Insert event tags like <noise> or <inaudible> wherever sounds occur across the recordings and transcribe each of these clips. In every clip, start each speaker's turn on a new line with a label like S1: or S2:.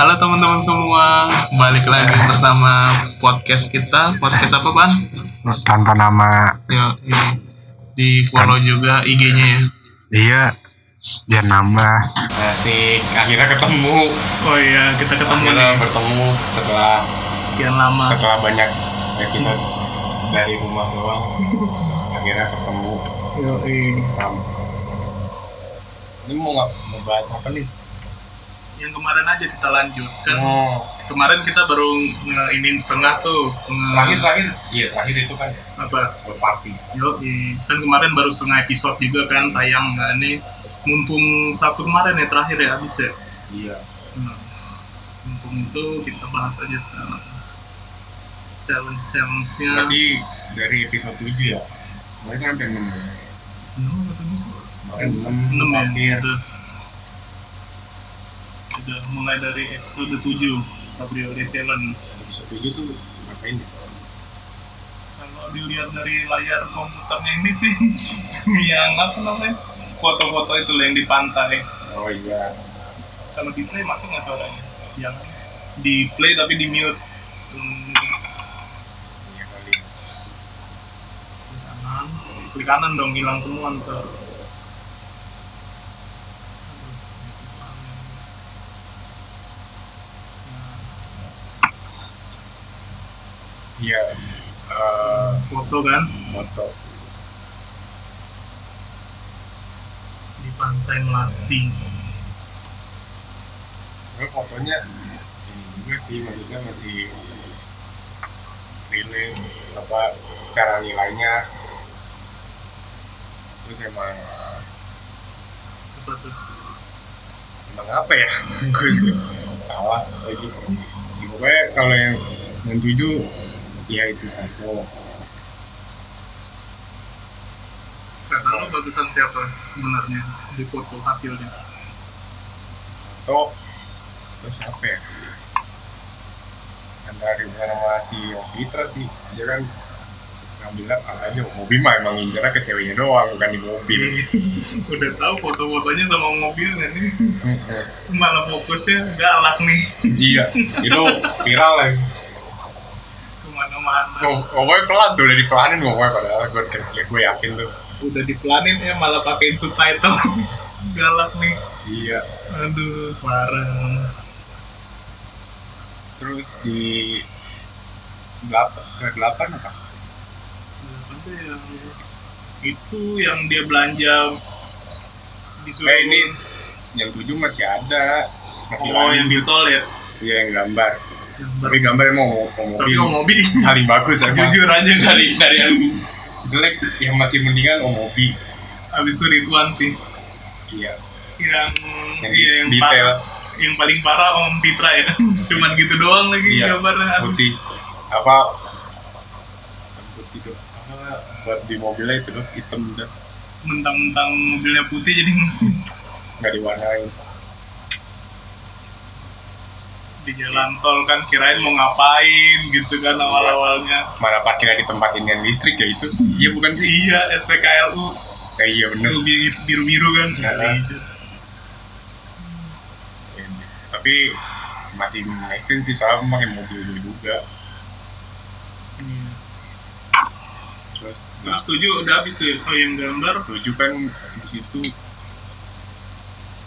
S1: Halo teman-teman semua, balik lagi bersama podcast kita. Podcast apa, Bang?
S2: tanpa nama
S1: Yo, yo. Di follow juga IG-nya ya.
S2: dia dia nambah
S3: Asik, akhirnya ketemu.
S1: Oh iya, kita ketemu
S3: Akhirnya
S1: nih
S3: bertemu setelah
S1: sekian lama.
S3: setelah banyak episode dari rumah doang. <laughs> Akhirnya ketemu.
S1: Yo,
S3: Sam. Ini mau nggak mau bahas apa nih?
S1: Yang kemarin aja kita lanjutkan.
S3: Oh,
S1: Kemarin kita baru ngeinin setengah tuh. nge-
S3: terakhir terakhir. Iya terakhir itu kan
S1: apa?
S3: berparti.
S1: Yo, kan kemarin baru setengah episode juga kan tayang nah ini mumpung Sabtu kemarin ya terakhir ya habis ya.
S3: Iya.
S1: Hmm. Mumpung itu kita bahas aja sekarang. Challenge challenge-nya.
S3: Berarti dari episode 7 ya. Kemarin kan sampai 6 ya.
S1: Hmm, katanya sih.
S3: Kemarin 6,
S1: Enam ya.
S3: akhir.
S1: gitu. Udah mulai dari episode 7 Cabriolet Challenge.
S3: Episode 7 tuh ngapain ya?
S1: Kalau dilihat dari layar komputernya ini sih <laughs> yang apa namanya? Foto-foto itu lah yang di pantai.
S3: Oh iya.
S1: kalau di play masuk nggak suaranya yang di play tapi di mute Hmm,
S3: Iya kali.
S1: klik kanan klik kanan dong hilang semua ntar
S3: Iya. Eh,
S1: foto kan
S3: motor.
S1: di pantai melasti
S3: Gue fotonya ini juga sih maksudnya masih relay apa cara nilainya terus emang
S1: apa tuh
S3: emang apa ya <laughs> gue juga salah lagi Ya, pokoknya kalau yang yang jujur ya itu foto
S1: kata lo bagusan siapa sebenarnya di foto hasilnya
S3: foto terus apa ya antara Ridwan sama si Fitra sih dia kan ngambilnya pas aja mobil mah emang incernya ke ceweknya doang bukan di mobil
S1: Iya. udah tahu foto-fotonya sama mobilnya nih
S3: Heeh.
S1: malah fokusnya galak nih
S3: Iya, itu viral ya. lagi.
S1: kemana-mana
S3: Ngom- Ngomongnya pelan tuh, udah dipelanin ngomongnya padahal gue, ya, gue yakin tuh.
S1: udah diplanin ya malah pakein subtitle <laughs> galak nih
S3: Iya.
S1: aduh parah
S3: Terus di delapan, ke delapan apa?
S1: Apa yang itu yang dia belanja disuruh
S3: Eh ini yang tujuh masih ada, masih
S1: oh yang
S3: lain.
S1: di tol ya
S3: Iya yang gambar.
S1: Yang
S3: Tapi
S1: ber-
S3: gambarnya mau mau mau
S1: tapi
S3: mobil.
S1: mau
S3: <laughs>
S1: mobil
S3: Paling bagus aja.
S1: <laughs> jujur aja dari dari yang
S3: jelek yang masih mendingan mau mobil.
S1: abis itu Ridwan sih
S3: Iya.
S1: yang
S3: Yang
S1: iya, yang
S3: detail.
S1: parah yang paling parah Om Pitra ya <laughs> cuman gitu doang lagi
S3: Iya.
S1: gambarnya Aduh,
S3: Putih. Apa? Putih doang. Apa? Buat di mobilnya itu doang hitam udah
S1: mentang-mentang mobilnya putih jadi <laughs>
S3: nggak diwarnain.
S1: di jalan tol kan kirain mau ngapain gitu kan awal-awalnya
S3: mana parkirnya ditempatin dengan listrik ya itu iya bukan sih
S1: iya SPKLU
S3: ya, iya bener
S1: biru-biru kan
S3: Iya. tapi masih make sense sih soalnya pakai mobil gue juga
S1: Iya.
S3: terus
S1: Terus
S3: nah,
S1: tujuh udah habis ya. Oh yang gambar,
S3: tujuh kan di situ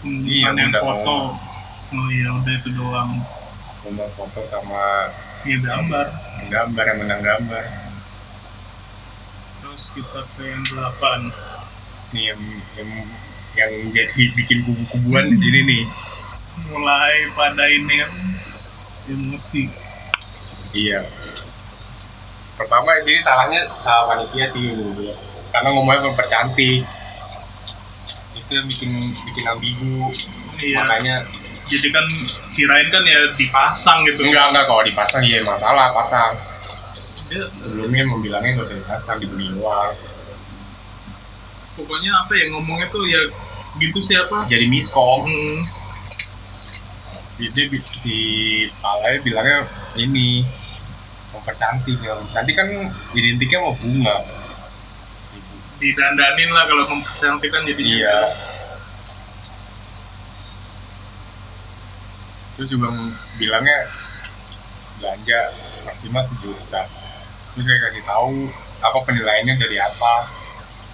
S3: Iya,
S1: ada yang
S3: udah.
S1: foto. Oh iya udah itu doang.
S3: gambar foto sama
S1: Iya gambar.
S3: gambar yang menang gambar
S1: Terus kita ke yang delapan.
S3: nih yang yang, yang jadi bikin kubu-kubuan di sini nih
S1: Mulai pada ini kan emosi.
S3: iya pertama di sini salahnya salah panitia sih menurut gue. karena ngomongnya mempercantik itu yang bikin bikin ambigu
S1: Iya.
S3: makanya
S1: Jadi kan kirain kan ya dipasang gitu.
S3: enggak enggak kalau dipasang iya masalah pasang
S1: Dia,
S3: sebelumnya emang bilangnya nggak usah dipasang dibeli doang
S1: pokoknya apa ya ngomongnya tuh ya gitu siapa?
S3: jadi miskom
S1: Hmm,
S3: jadi bi- si palanya bilangnya ini mempercantik ya mempercantik kan identiknya sama bunga
S1: didandanin lah kalau mempercantikkan gitu. jadinya
S3: Iya. Terus juga bilangnya belanja maksimal sejuta. Terus saya kasih tahu apa penilaiannya dari apa,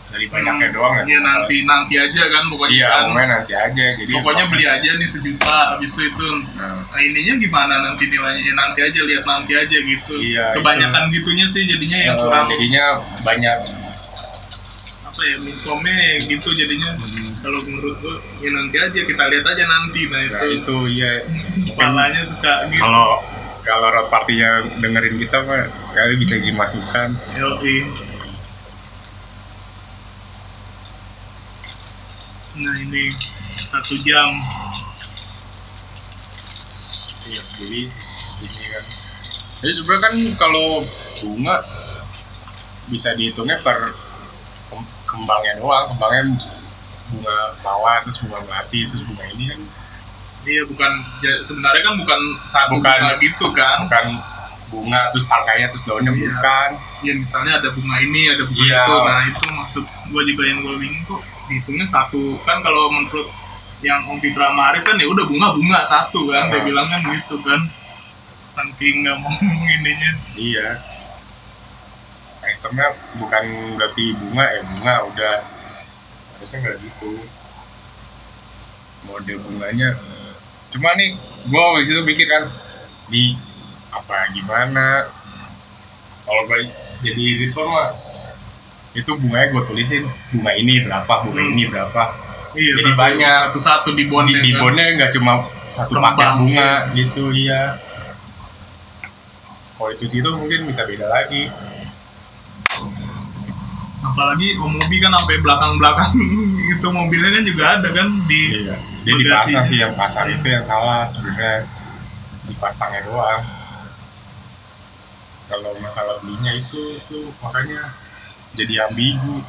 S3: dari banyaknya doang kan?
S1: Iya nanti nanti aja kan pokoknya
S3: Iya,
S1: kan.
S3: pokoknya nanti aja. Jadi
S1: Pokoknya beli aja nih sejuta habis itu itu.
S3: Nah,
S1: Nah, ininya gimana nanti nilainya ya, nanti aja lihat nanti aja gitu.
S3: Iya,
S1: Kebanyakan gitunya sih jadinya yang
S3: eh,
S1: kurang
S3: jadinya banyak
S1: apa ya minkomnya gitu jadinya.
S3: Hmm.
S1: Kalau menurut gua ya nanti aja kita lihat aja nanti nah
S3: nah,
S1: itu.
S3: itu iya
S1: Kepalanya suka gitu.
S3: kalau kalau road partinya dengerin kita mah kali bisa dimasukkan
S1: Yoi. Nah ini satu jam.
S3: Iya, jadi ini kan. Jadi sebenarnya kan kalau bunga bisa dihitungnya per kem- kembangnya doang, kembangnya bunga mawar, terus bunga melati, terus bunga ini kan
S1: Iya bukan ya, sebenarnya kan bukan satu
S3: Bukan.
S1: bunga gitu kan.
S3: bukan bunga terus tangkainya terus daunnya
S1: Iya.
S3: bukan.
S1: Ya misalnya ada bunga ini ada bunga
S3: Iya.
S1: itu. Nah itu maksud gua juga yang gua bingung tuh hitungnya satu kan kalau menurut yang Om Fitra Mari kan ya udah bunga bunga satu kan. Dia
S3: Nah.
S1: bilang kan gitu kan. Saking nggak mau ininya.
S3: Iya. Itemnya bukan berarti bunga ya bunga udah harusnya nggak gitu. Mode bunganya. Cuma nih, gua di situ mikir kan di apa gimana? Kalau gua jadi editor mah itu bunganya gue tulisin bunga ini berapa, bunga
S1: Hmm. kan?
S3: ini berapa.
S1: Iya,
S3: Jadi
S1: satu-
S3: banyak.
S1: satu-satu di bond
S3: Di, di bondnya nggak cuma satu paket
S1: Kembang.
S3: bunga gitu iya. Kalau itu situ mungkin bisa beda lagi.
S1: apalagi Om Obi kan sampai belakang-belakang <laughs> itu mobilnya kan juga ada kan di
S3: Iya. Dia dipasang sih yang pasang itu yang salah sebenarnya dipasangnya doang. Kalau masalah belinya itu itu makanya jadi ambigu.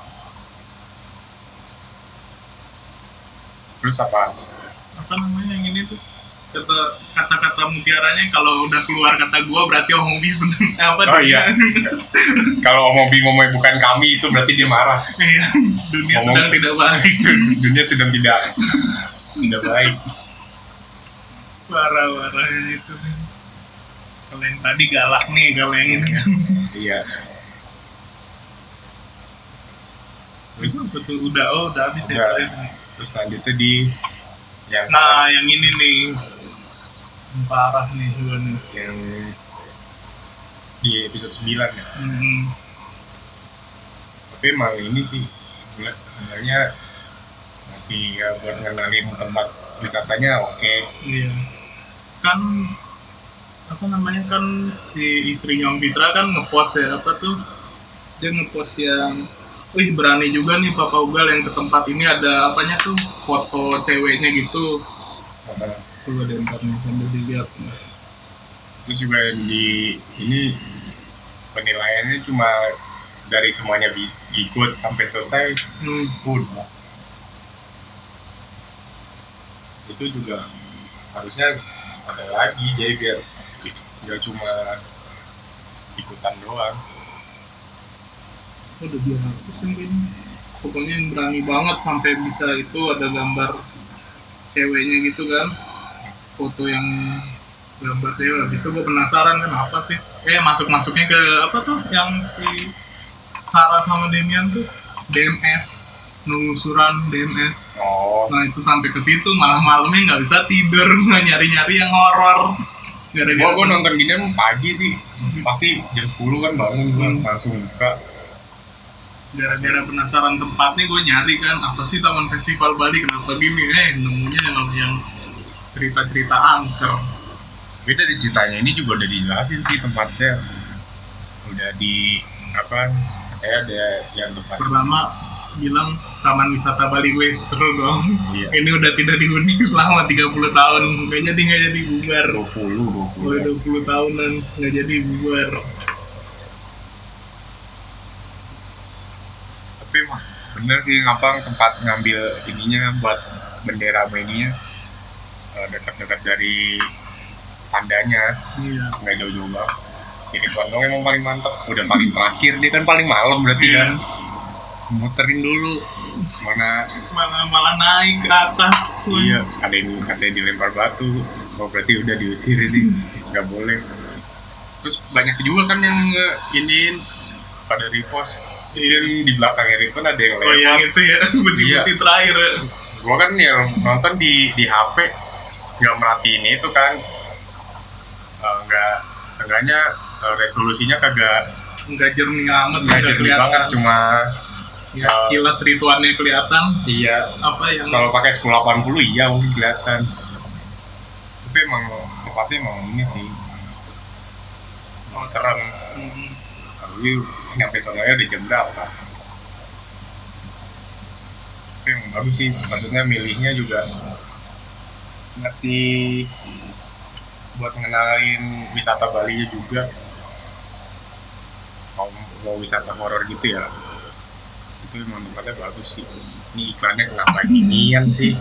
S3: Terus apa?
S1: apa namanya yang ini tuh kata kata-kata mutiaranya kalau udah keluar kata gua berarti Om Obi seneng <laughs> apa
S3: Oh
S1: dunia-
S3: iya. Kalau omong ngomongnya bukan kami itu berarti dia marah.
S1: Iya, dunia
S3: Ngomong-
S1: sedang tidak baik
S3: Dunia sedang tidak tidak baik.
S1: parah-parah itu kalau yang tadi galak nih kalau yang ini kan
S3: Iya. Terus
S1: betul udah oh udah habis ya
S3: Udah. terus lanjutnya di yang
S1: nah yang ini nih parah nih juga nih
S3: yang di episode 9 ya.
S1: Hmm.
S3: Tapi emang ini sih sebenarnya- sebenarnya masih ya buat ngenalin tempat wisatanya oke.
S1: Iya. Kan apa namanya kan si istrinya Om Fitra kan ngepost ya apa tuh dia ngepost yang wih berani juga nih Papa Ugal yang ke tempat ini ada apanya tuh foto ceweknya gitu
S3: Nah,
S1: tuh ada ntar nih sambil dilihat
S3: Terus juga di ini penilaiannya cuma dari semuanya bi- ikut sampai selesai
S1: hmm,
S3: pun itu juga harusnya ada lagi jadi biar nggak cuma ikutan doang
S1: udah dia hapus yang ini pokoknya yang berani banget sampai bisa itu ada gambar ceweknya gitu kan foto yang gambar cewek habis itu gue penasaran kan apa sih eh masuk masuknya ke apa tuh yang si Sarah sama Demian tuh DMS nelusuran DMS
S3: oh
S1: nah itu sampai ke situ malah malamnya nggak bisa tidur <laughs> nggak nyari nyari yang horor
S3: gua
S1: gara-gara
S3: gua nonton gini emang pagi sih pasti jam 10 kan bangun gua
S1: Hmm.
S3: langsung buka
S1: gara-gara penasaran tempatnya gue nyari kan apa sih taman festival Bali kenapa gini eh nemunya yang yang cerita-cerita angker
S3: beda di ceritanya ini juga udah dijelasin sih tempatnya udah di apa eh ada yang tempat
S1: pertama bilang taman wisata Bali gue seru dong
S3: Iya.
S1: ini udah tidak dihuni selama 30 tahun kayaknya dia nggak jadi bubar
S3: 20
S1: mulai
S3: 20
S1: 20 tahunan nggak jadi bubar
S3: tapi mah bener sih ngapang tempat ngambil ininya buat bendera sama ininya eh, dekat-dekat dari tandanya
S1: iya
S3: nggak jauh-jauh banget Sirik Bandung emang paling mantep udah paling terakhir dia kan paling malam berarti
S1: Iya.
S3: kan muterin dulu mana
S1: malah malah naik ke atas
S3: iya ada yang katanya dilempar batu oh berarti udah diusir ini nggak boleh terus banyak juga kan yang ini pada repost Kemudian di belakangnya Rifan ada yang
S1: oh yang
S3: lewat
S1: itu ya <laughs>
S3: Iya.
S1: beti-beti terakhir ya.
S3: gua kan yang nonton di di HP nggak merhatiin itu kan Eh, nggak seenggaknya eh, resolusinya kagak
S1: nggak jernih amat
S3: nggak jernih banget cuma
S1: ya, kilas rituannya kelihatan
S3: iya
S1: apa yang
S3: kalau pakai 1080 iya mungkin kelihatan tapi emang tempatnya emang ini sih emang serem
S1: Hmm.
S3: tapi nyampe sononya udah jam berapa tapi emang bagus sih maksudnya milihnya juga masih buat ngenalin wisata Bali juga mau, mau wisata horor gitu ya itu emang tempatnya bagus sih ini iklannya kenapa ginian sih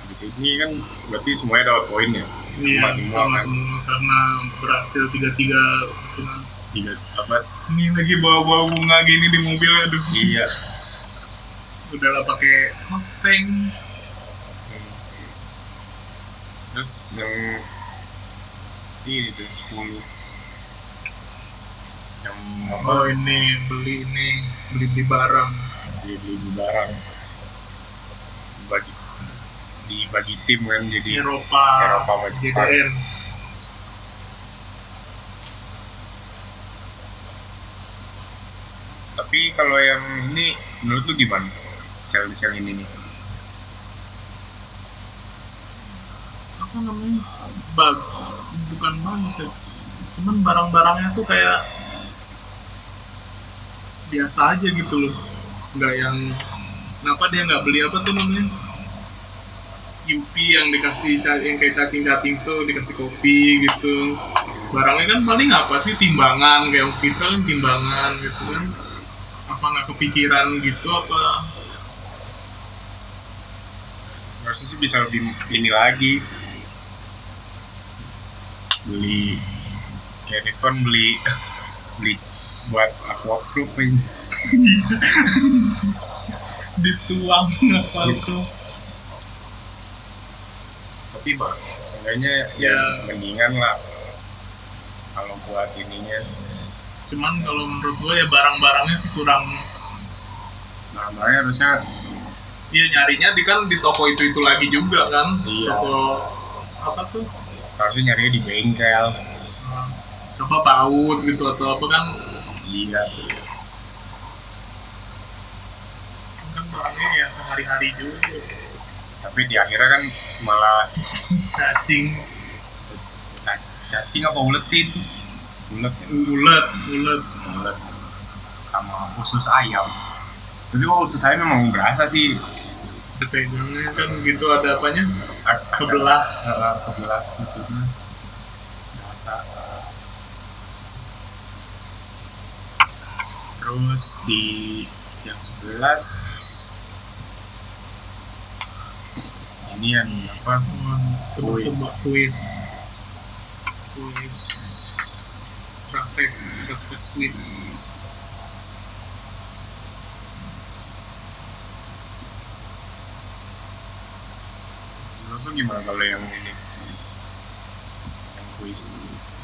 S3: habis ini kan berarti semuanya dapat poin ya
S1: iya,
S3: semua semua
S1: sama
S3: kan
S1: semua karena berhasil tiga-tiga dengan-
S3: tidak dapat
S1: ini lagi bawa-bawa bunga gini di mobil aduh
S3: iya
S1: udahlah pakai "Oh, hoteng
S3: Hmm. terus yang ini tuh sepuluh yang
S1: oh
S3: apa
S1: ini beli ini beli beli barang
S3: beli beli barang bagi dibagi tim kan
S1: di
S3: jadi
S1: Eropa,
S3: Eropa sama Jepang.
S1: JDN
S3: tapi kalau yang ini menurut lu gimana challenge yang ini nih
S1: apa namanya bag bukan bagus ya cuman barang-barangnya tuh kayak biasa aja gitu loh nggak yang kenapa dia nggak beli apa tuh namanya Yupi yang dikasih ca- yang kayak cacing-cacing tuh dikasih kopi gitu barangnya kan paling apa sih timbangan kayak kita kan timbangan gitu kan apa nggak kepikiran gitu apa
S3: harusnya sih bisa lebih ini lagi beli ya Rituan beli beli buat aqua group
S1: dituang <laughs> apa itu
S3: tapi bah seenggaknya
S1: Ya.
S3: ya mendingan lah kalau buat ininya
S1: cuman kalau menurut gue ya barang-barangnya sih kurang
S3: namanya harusnya
S1: Iya nyarinya di kan di toko itu itu lagi juga kan.
S3: Iya.
S1: Toko apa tuh?
S3: harusnya nyarinya di bengkel
S1: Nah, Coba paut gitu atau apa kan?
S3: iya
S1: Kan barangnya ya sehari-hari juga.
S3: tapi di akhirnya kan malah
S1: Cacing,
S3: cac- cacing apa ulet sih itu ulet ya?
S1: ulet, ulet.
S3: ulet sama usus ayam tapi kalau usus ayam memang berasa sih
S1: Dipegangnya kan gitu ada apanya?
S3: kebelah
S1: Kebelah.
S3: kebelah gitu berasa terus di yang 11 ini yang apa
S1: Hmm,
S3: Kuis.
S1: Tebak-tebak kuis. Kuis. Praktek, praktek kuis.
S3: menurut lu gimana kalau yang ini yang kuis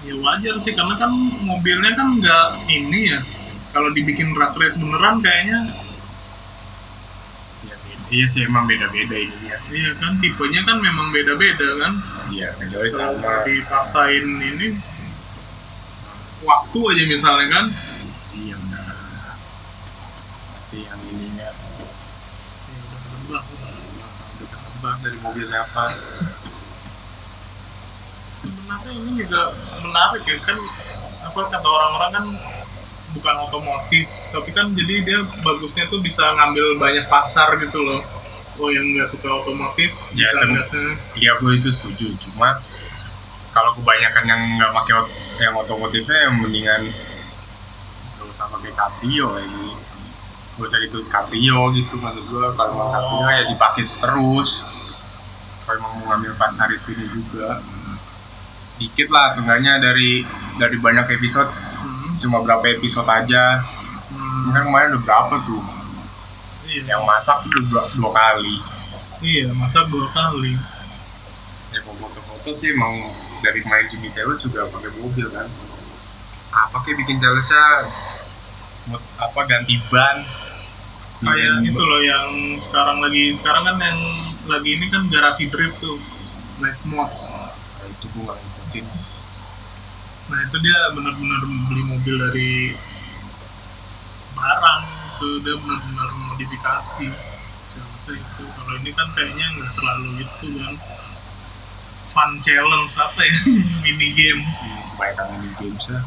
S1: Ya wajar sih karena kan mobilnya kan nggak ini ya. Kalau dibikin rat race beneran kayaknya
S3: ya, beda. iya sih emang beda-beda ini ya
S1: Iya kan tipenya kan memang beda-beda kan.
S3: iya kecuali
S1: Kalau
S3: sama
S1: dipaksain ini waktu aja misalnya kan.
S3: iya benar pasti yang ininya
S1: Ya udah ketebak.
S3: udah ketebak dari mobil siapa
S1: Sebenarnya ini juga menarik ya kan apa kata orang-orang kan bukan otomotif tapi kan jadi dia bagusnya tuh bisa ngambil banyak pasar gitu loh. Oh yang nggak suka otomotif
S3: Ya,
S1: bisa
S3: sem-
S1: nggak se-
S3: Iya, gue itu setuju. Cuma kalau kebanyakan yang nggak pakai ot- yang otomotifnya, yang mendingan nggak usah pakai cabrio lagi. Gak usah ditulis cabrio gitu maksud gue. Kalau mau cabrio ya dipakai terus. Kalau emang mau ngambil pasar itu juga, dikit lah. Seenggaknya dari dari banyak episode
S1: Hmm.
S3: cuma berapa episode aja ini
S1: Hmm,
S3: kan kemarin udah berapa tuh
S1: iya,
S3: yang masak udah dua, dua kali
S1: iya, masa dua kali.
S3: ya kalau foto-foto sih emang dari kemarin Jimmy Charles juga pakai mobil kan apa kayak bikin Charlesnya mut- apa ganti ban Iya,
S1: Kayak
S3: Ganti
S1: itu loh yang sekarang lagi sekarang kan yang lagi ini kan garasi drift tuh, live mods.
S3: ban. itu gue gak ngikutin
S1: Nah itu dia benar-benar beli mobil dari barang itu dia benar-benar modifikasi. Seharusnya itu kalau ini kan kayaknya nggak terlalu itu kan fun challenge apa ya <laughs> mini games
S3: sih kebanyakan ini gamesnya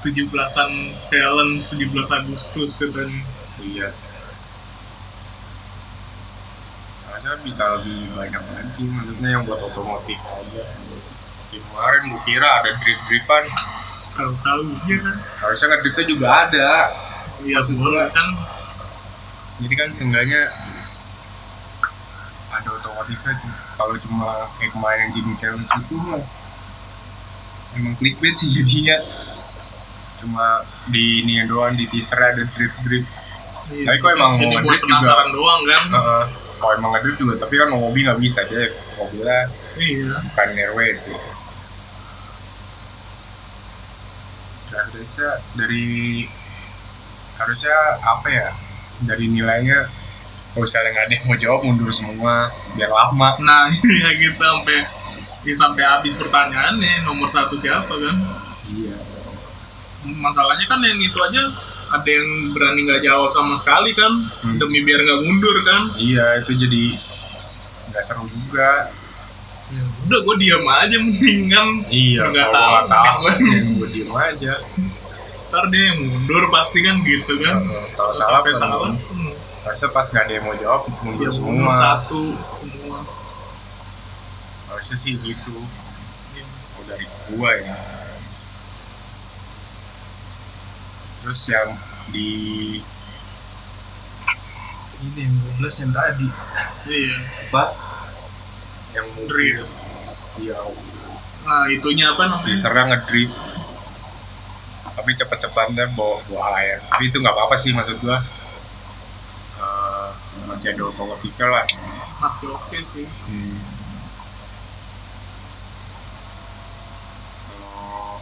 S1: 17-an challenge 17 Agustus katanya
S3: iya harusnya bisa lebih banyak lagi maksudnya yang buat otomotif aja Ya, kemarin gue kira ada drift-driftan
S1: tahu-tahu iya kan
S3: harusnya ngedriftnya juga ada
S1: iya boleh kan
S3: jadi kan seenggaknya ada otomotifnya tuh. kalau cuma kayak kemarin Jimmy Challenge itu mah emang clickbait sih jadinya cuma di ini doang di teaser ada drift drift
S1: Iya.
S3: Tapi kok emang
S1: jadi
S3: mau
S1: buat
S3: ngedrift
S1: penasaran doang kan
S3: Heeh. Eh, kalau emang ngedrift juga tapi kan mobil nggak bisa deh mobilnya
S1: iya
S3: bukan RW itu dan harusnya dari harusnya apa ya dari nilainya kalau misalnya nggak ada yang mau jawab mundur semua biar lama
S1: nah <laughs> iya gitu sampai ya, sampai habis pertanyaannya nomor satu siapa kan
S3: iya
S1: masalahnya kan yang itu aja ada yang berani nggak jawab sama sekali kan
S3: Hmm.
S1: demi biar nggak mundur kan
S3: iya itu jadi nggak seru juga
S1: ya, udah gue diam aja mending kan
S3: iya
S1: Nggak
S3: kalau nggak
S1: tahu.
S3: tahu kan gue diem aja
S1: <laughs> ntar dia yang mundur pasti kan gitu kan
S3: Heeh, kalau salah
S1: Sampai
S3: kan
S1: salah
S3: harusnya pas nggak ada yang mau jawab mundur
S1: ya mundur
S3: semua
S1: satu semua
S3: harusnya sih gitu
S1: Iya.
S3: kalau dari gua ya terus yang di ini yang 12 yang tadi
S1: iya
S3: apa yang mobil.
S1: Drift.
S3: iya
S1: nah itunya apa namanya
S3: diserang ngedrift tapi cepet-cepetannya bawa bawa air tapi itu nggak apa-apa sih maksud gua Eh, masih ada otomotifnya lah
S1: masih oke sih
S3: Hmm. Kalau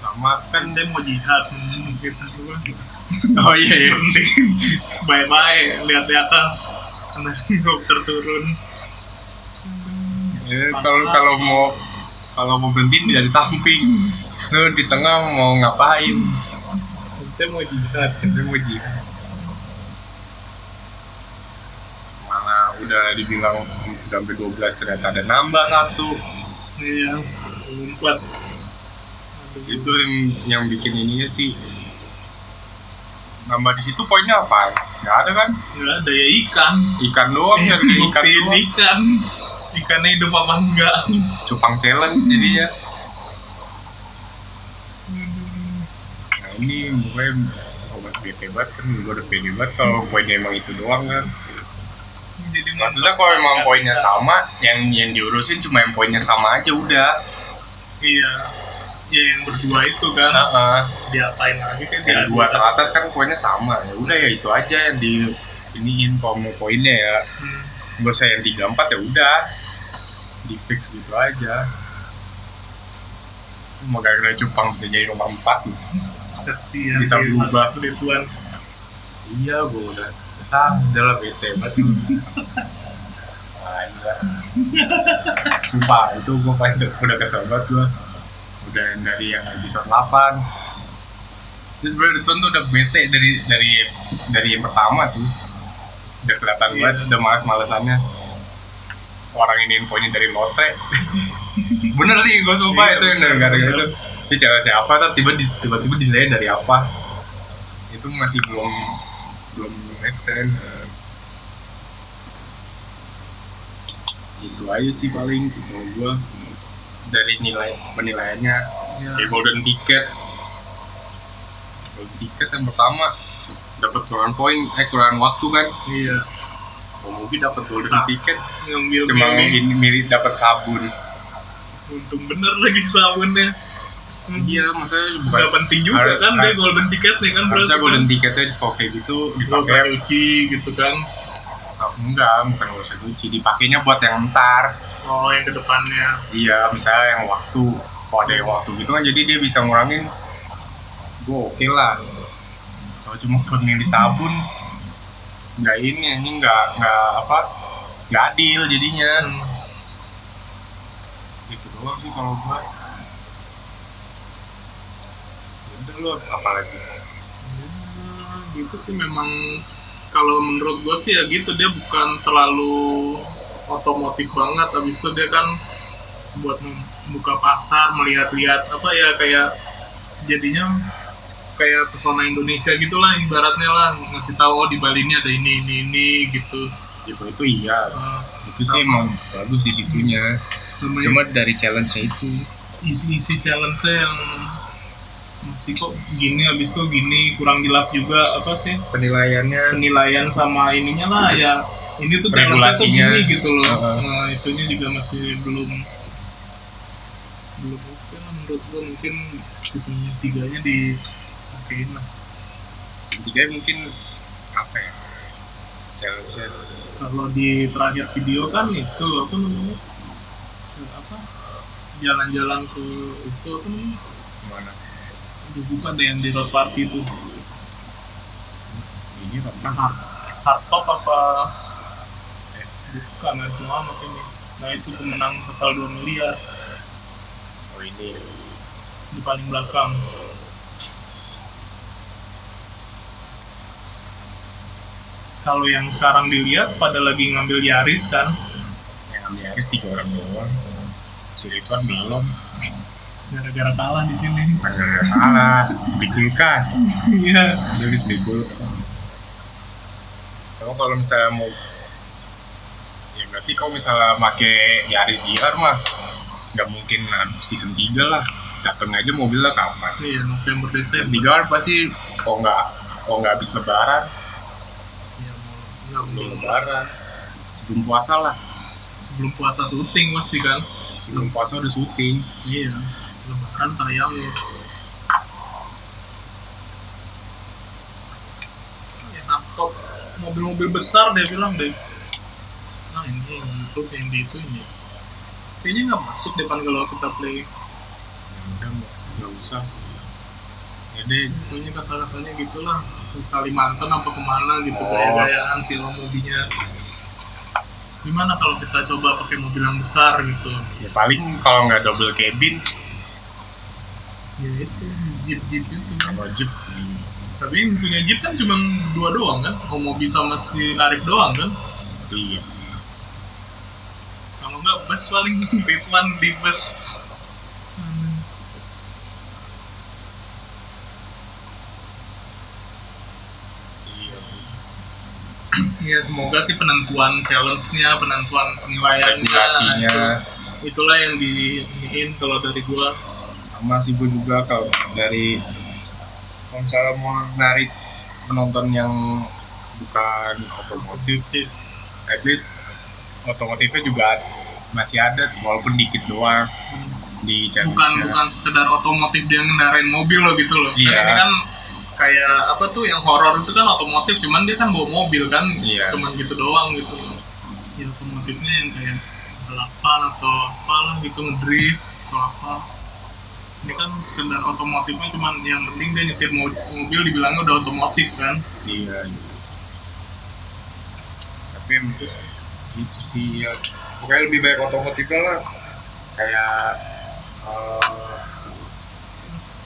S3: sama
S1: kan dia mau jihad hmm, gitu kan
S3: <laughs> oh iya iya
S1: penting bye bye lihat di atas karena helikopter turun
S3: Ya, kalau kalau mau kalau mau berhenti dari samping lu di tengah mau ngapain
S1: kita mau jihad
S3: itu mau jihad mana udah dibilang udah sampai 12 ternyata ada nambah satu
S1: iya umpet
S3: itu yang yang bikin ininya sih nambah di situ poinnya apa nggak ada kan
S1: nggak ada ya ikan
S3: ikan doang
S1: Iya, <laughs>
S3: ya ikan
S1: buktiin
S3: doang
S1: ikan ikannya hidup apa enggak
S3: cupang ya. challenge jadinya nah ini gue obat bete banget kan gue udah pede banget kalau poinnya emang itu doang kan
S1: jadi
S3: maksudnya kalau emang poinnya sama yang yang diurusin cuma yang poinnya sama aja udah
S1: iya ya yang berdua itu kan
S3: nah, eh,
S1: diapain lagi kan
S3: yang dua teratas kan poinnya sama ya udah ya itu aja yang di iniin kalau mau poinnya ya
S1: Hmm.
S3: nggak usah yang tiga empat ya udah di fix gitu aja mau gara-gara cupang bisa jadi nomor empat gitu.
S1: kasihan
S3: Bisa
S1: sih,
S3: berubah.
S1: Mas Ridwan.
S3: Iya, gue udah. Ah, udah lah bete
S1: <laughs>
S3: banget. Lain lah. Sumpah, itu gue paling udah kesel banget gue. Udah dari yang episode 8. Terus sebenernya Ridwan tuh udah bete dari dari dari yang pertama tuh. Udah kelihatan
S1: Iya.
S3: banget, udah malas-malesannya. Orang ini infonya dari lotre. <laughs> Bener sih, gue sumpah
S1: Iya,
S3: itu yang dari
S1: bener,
S3: gara-gara
S1: bener.
S3: itu. Dia cara siapa, tapi tiba tiba-tiba dinilai dari apa. Itu masih belum belum make sense itu aja sih paling kalau gua dari nilai penilaiannya
S1: Iya.
S3: ya golden ticket golden ticket yang pertama dapat kurang poin eh kurang waktu kan
S1: iya
S3: kalau movie dapat golden
S1: Sa-
S3: ticket
S1: ngambil
S3: cuma
S1: ini. Hmm.
S3: ini milih dapat sabun
S1: untung bener lagi sabunnya
S3: Iya, maksudnya bukan
S1: Gak penting juga
S3: Harus-
S1: kan dia
S3: harus-
S1: golden tiketnya kan
S3: Harusnya
S1: kan.
S3: golden tiketnya dipakai gitu,
S1: Gak usah
S3: dipakai
S1: cuci gitu kan
S3: Oh, enggak, bukan gak usah cuci, dipakainya buat yang ntar.
S1: Oh yang kedepannya
S3: Iya, misalnya yang waktu, kalau ada yang waktu gitu kan, jadi dia bisa ngurangin. Gue oke lah. Kalau cuma buat milih sabun, nggak ini, ini nggak nggak apa, nggak adil jadinya. Gitu doang sih kalau gue. Ya Udah lu apa lagi?
S1: Hmm, itu sih memang kalau menurut gue sih ya gitu dia bukan terlalu otomotif banget habis itu dia kan buat membuka pasar melihat-lihat apa ya kayak jadinya kayak pesona Indonesia gitulah ibaratnya lah ngasih tahu oh di Bali ini ada ini ini ini gitu
S3: Itu itu iya.
S1: Eh,
S3: Itu sih emang bagus di situnya.
S1: namanya
S3: Cuma dari challenge-nya itu.
S1: isi-isi challenge yang masih kok gini habis itu gini kurang jelas juga apa sih
S3: Penilaiannya
S1: penilaian sama ininya lah ya ini tuh challenge-nya tuh
S3: Regulasinya.
S1: gini gitu loh
S3: Heeh.
S1: nah, itunya juga masih belum belum oke lah menurut gua mungkin season tiganya di okein lah
S3: tiga mungkin apa ya? Challenge-nya
S1: kalau di terakhir video kan itu apa namanya Eh, apa jalan-jalan ke itu apa namanya
S3: gimana?
S1: Aduh, bukan deh yang di road party itu
S3: Ini tentang
S1: hard, hard top apa Eh, bukan ada amat ini nah itu pemenang total 2 miliar
S3: Oh ini
S1: di paling belakang kalau yang sekarang dilihat pada lagi ngambil Yaris kan
S3: yang ambil Aris tiga orang doang. Si Ridwan belum.
S1: gara-gara kalah di sini <laughs>
S3: Panggil yang salah. Di kulkas.
S1: iya
S3: Dia habis di kulkas. Kamu kalau misalnya mau ya berarti kau misalnya pakai Yaris GR mah nggak mungkin nah, season 3 lah datang aja mobilnya kapan
S1: iya November
S3: season
S1: Desember
S3: 3 kan pasti oh nggak oh nggak habis lebaran
S1: Iya, mau- nggak,
S3: sebelum
S1: belum
S3: lebaran sebelum puasa lah
S1: belum puasa syuting pasti kan
S3: sebelum puasa udah syuting
S1: iya lebaran tayang ya enak top mobil-mobil besar dia bilang deh nah ini yang YouTube yang di itu ini kayaknya nggak masuk deh pan kalau kita play
S3: udah nggak usah jadi
S1: Ya, pokoknya kata-katanya gitulah ke Kalimantan apa kemana gitu gaya-gayaan si mobilnya gimana kalau kita coba pakai mobil yang besar gitu
S3: ya paling kalau nggak double cabin
S1: ya itu jeep jeep itu
S3: sama jeep
S1: tapi yang punya jeep kan cuma dua doang kan Homobi sama si Arif doang kan
S3: iya
S1: kalau nggak bus paling <laughs> Ridwan di bus Hmm.
S3: iya
S1: ya semoga sih penentuan challenge-nya penentuan penilaiannya
S3: regulasinya
S1: itu- itulah yang diin kalau dari gua
S3: sama sih gue juga kalau dari kalau misalnya mau narik penonton yang bukan otomotif
S1: Iya.
S3: at least otomotifnya juga masih ada walaupun dikit doang di channel
S1: bukan bukan sekedar otomotif dia ngendarain mobil loh gitu loh
S3: Iya.
S1: kan ini kan kayak apa tuh yang horor itu kan otomotif cuman dia kan bawa mobil kan
S3: Iya.
S1: cuman gitu doang gitu ya otomotifnya yang kayak balapan atau apalah gitu ngedrift atau apa ini kan sekedar otomotifnya cuman yang penting dia nyetir mo- mobil dibilangnya udah otomotif kan
S3: Iya. gitu. Tapi em, gitu sih ya. Pokoknya lebih baik otomotif lah. Kayak eh,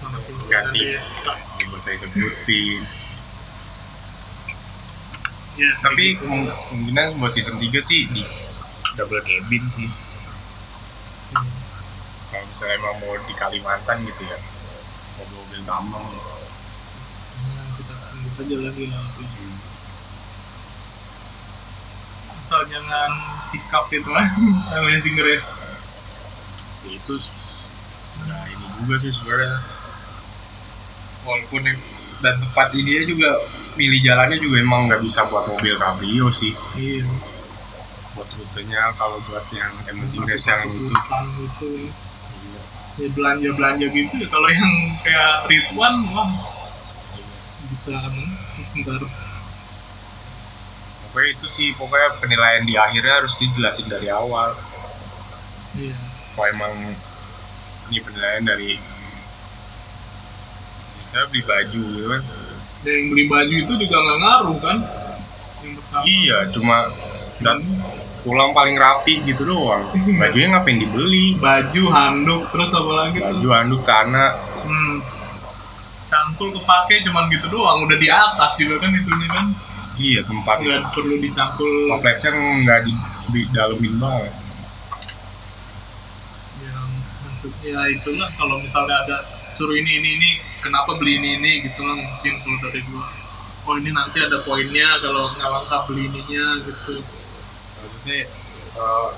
S1: Makin
S3: Ganti.
S1: dia stuck.
S3: yang bisa saya sebutin.
S1: ya
S3: Tapi
S1: gitu.
S3: kemung- kemungkinan buat season 3 sih di double cabin sih.
S1: Hmm.
S3: Kalau misalnya emang mau di Kalimantan gitu ya. Mau mobil tambang.
S1: Nah, kita lanjut aja lagi nanti asal jangan pick up itu lah <laughs> amazing race
S3: Ya, itu s- nah ini juga sih sebenarnya. Walaupun em- dan tempat ini juga milih jalannya juga emang nggak bisa buat mobil cabrio sih.
S1: iya
S3: buat rutenya kalau buat yang Iya. emisi gas yang
S1: Masuk
S3: itu
S1: hutan gitu ya belanja belanja gitu ya kalau yang kayak Ridwan wah bisa men- ntar
S3: Pokoknya itu sih, pokoknya penilaian di akhirnya harus dijelasin dari awal.
S1: iya
S3: Kalau emang ini penilaian dari misalnya beli baju gitu kan.
S1: dan yang beli baju itu juga nggak ngaruh kan yang pertama
S3: Iya, cuma dan pulang paling rapi gitu doang. Bajunya ngapain dibeli?
S1: baju handuk terus apa lagi
S3: Baju
S1: tuh
S3: handuk karena
S1: hmm. cangkul kepake cuman gitu doang udah di atas juga kan itunya kan
S3: iya tempat itu.
S1: nggak perlu dicangkul
S3: Kompleknya nggak di, di dalemin banget.
S1: yang maksudnya itulah kalau misalnya ada suruh ini ini ini kenapa beli ini ini gitu lah mungkin kalau dari gua oh ini nanti ada poinnya kalau nggak lengkap beli ininya gitu
S3: maksudnya eh,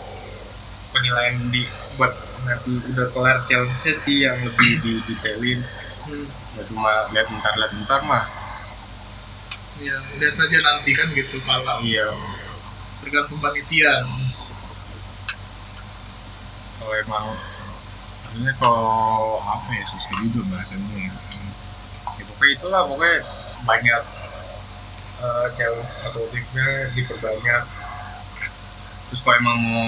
S3: penilaian di buat nanti udah kelar challenge sih yang lebih di detailin
S1: hmm.
S3: nggak cuma lihat bentar lihat bentar mah
S1: ya lihat saja nanti kan gitu kalau
S3: iya
S1: tergantung panitia
S3: kalau emang maksudnya kalau apa ya susah juga bahasanya ya, ya pokoknya itulah pokoknya banyak eh, challenge atau tipsnya diperbanyak terus kalau emang mau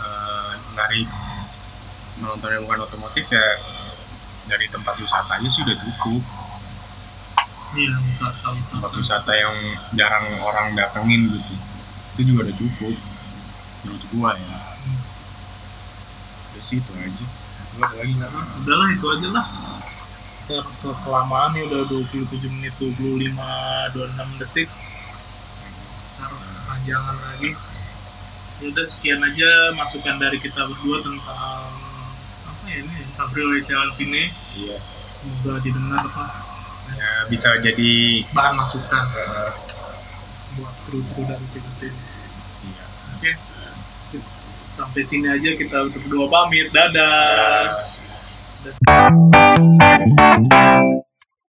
S3: eh, menarik menonton yang bukan otomotif ya dari tempat wisatanya sih udah cukup
S1: iya wisata
S3: tempat
S1: wisata
S3: wisata yang jarang orang datengin gitu itu juga udah cukup menurut gua ya dari situ aja Lu ada lagi nggak?
S1: Nah, udahlah itu aja lah Ntar ke- kelamaan nih ya udah 27 menit 25 26 detik ntar panjangan lagi ya udah sekian aja masukan dari kita berdua tentang apa ya ini April Challenge ini
S3: iya
S1: semoga didengar pak
S3: ya bisa jadi
S1: bahan masukan
S3: eh,
S1: buat kru-kru dari PKT ini.
S3: iya
S1: oke sampai sini aja Eh, kita berdua pamit dadah
S3: Eh,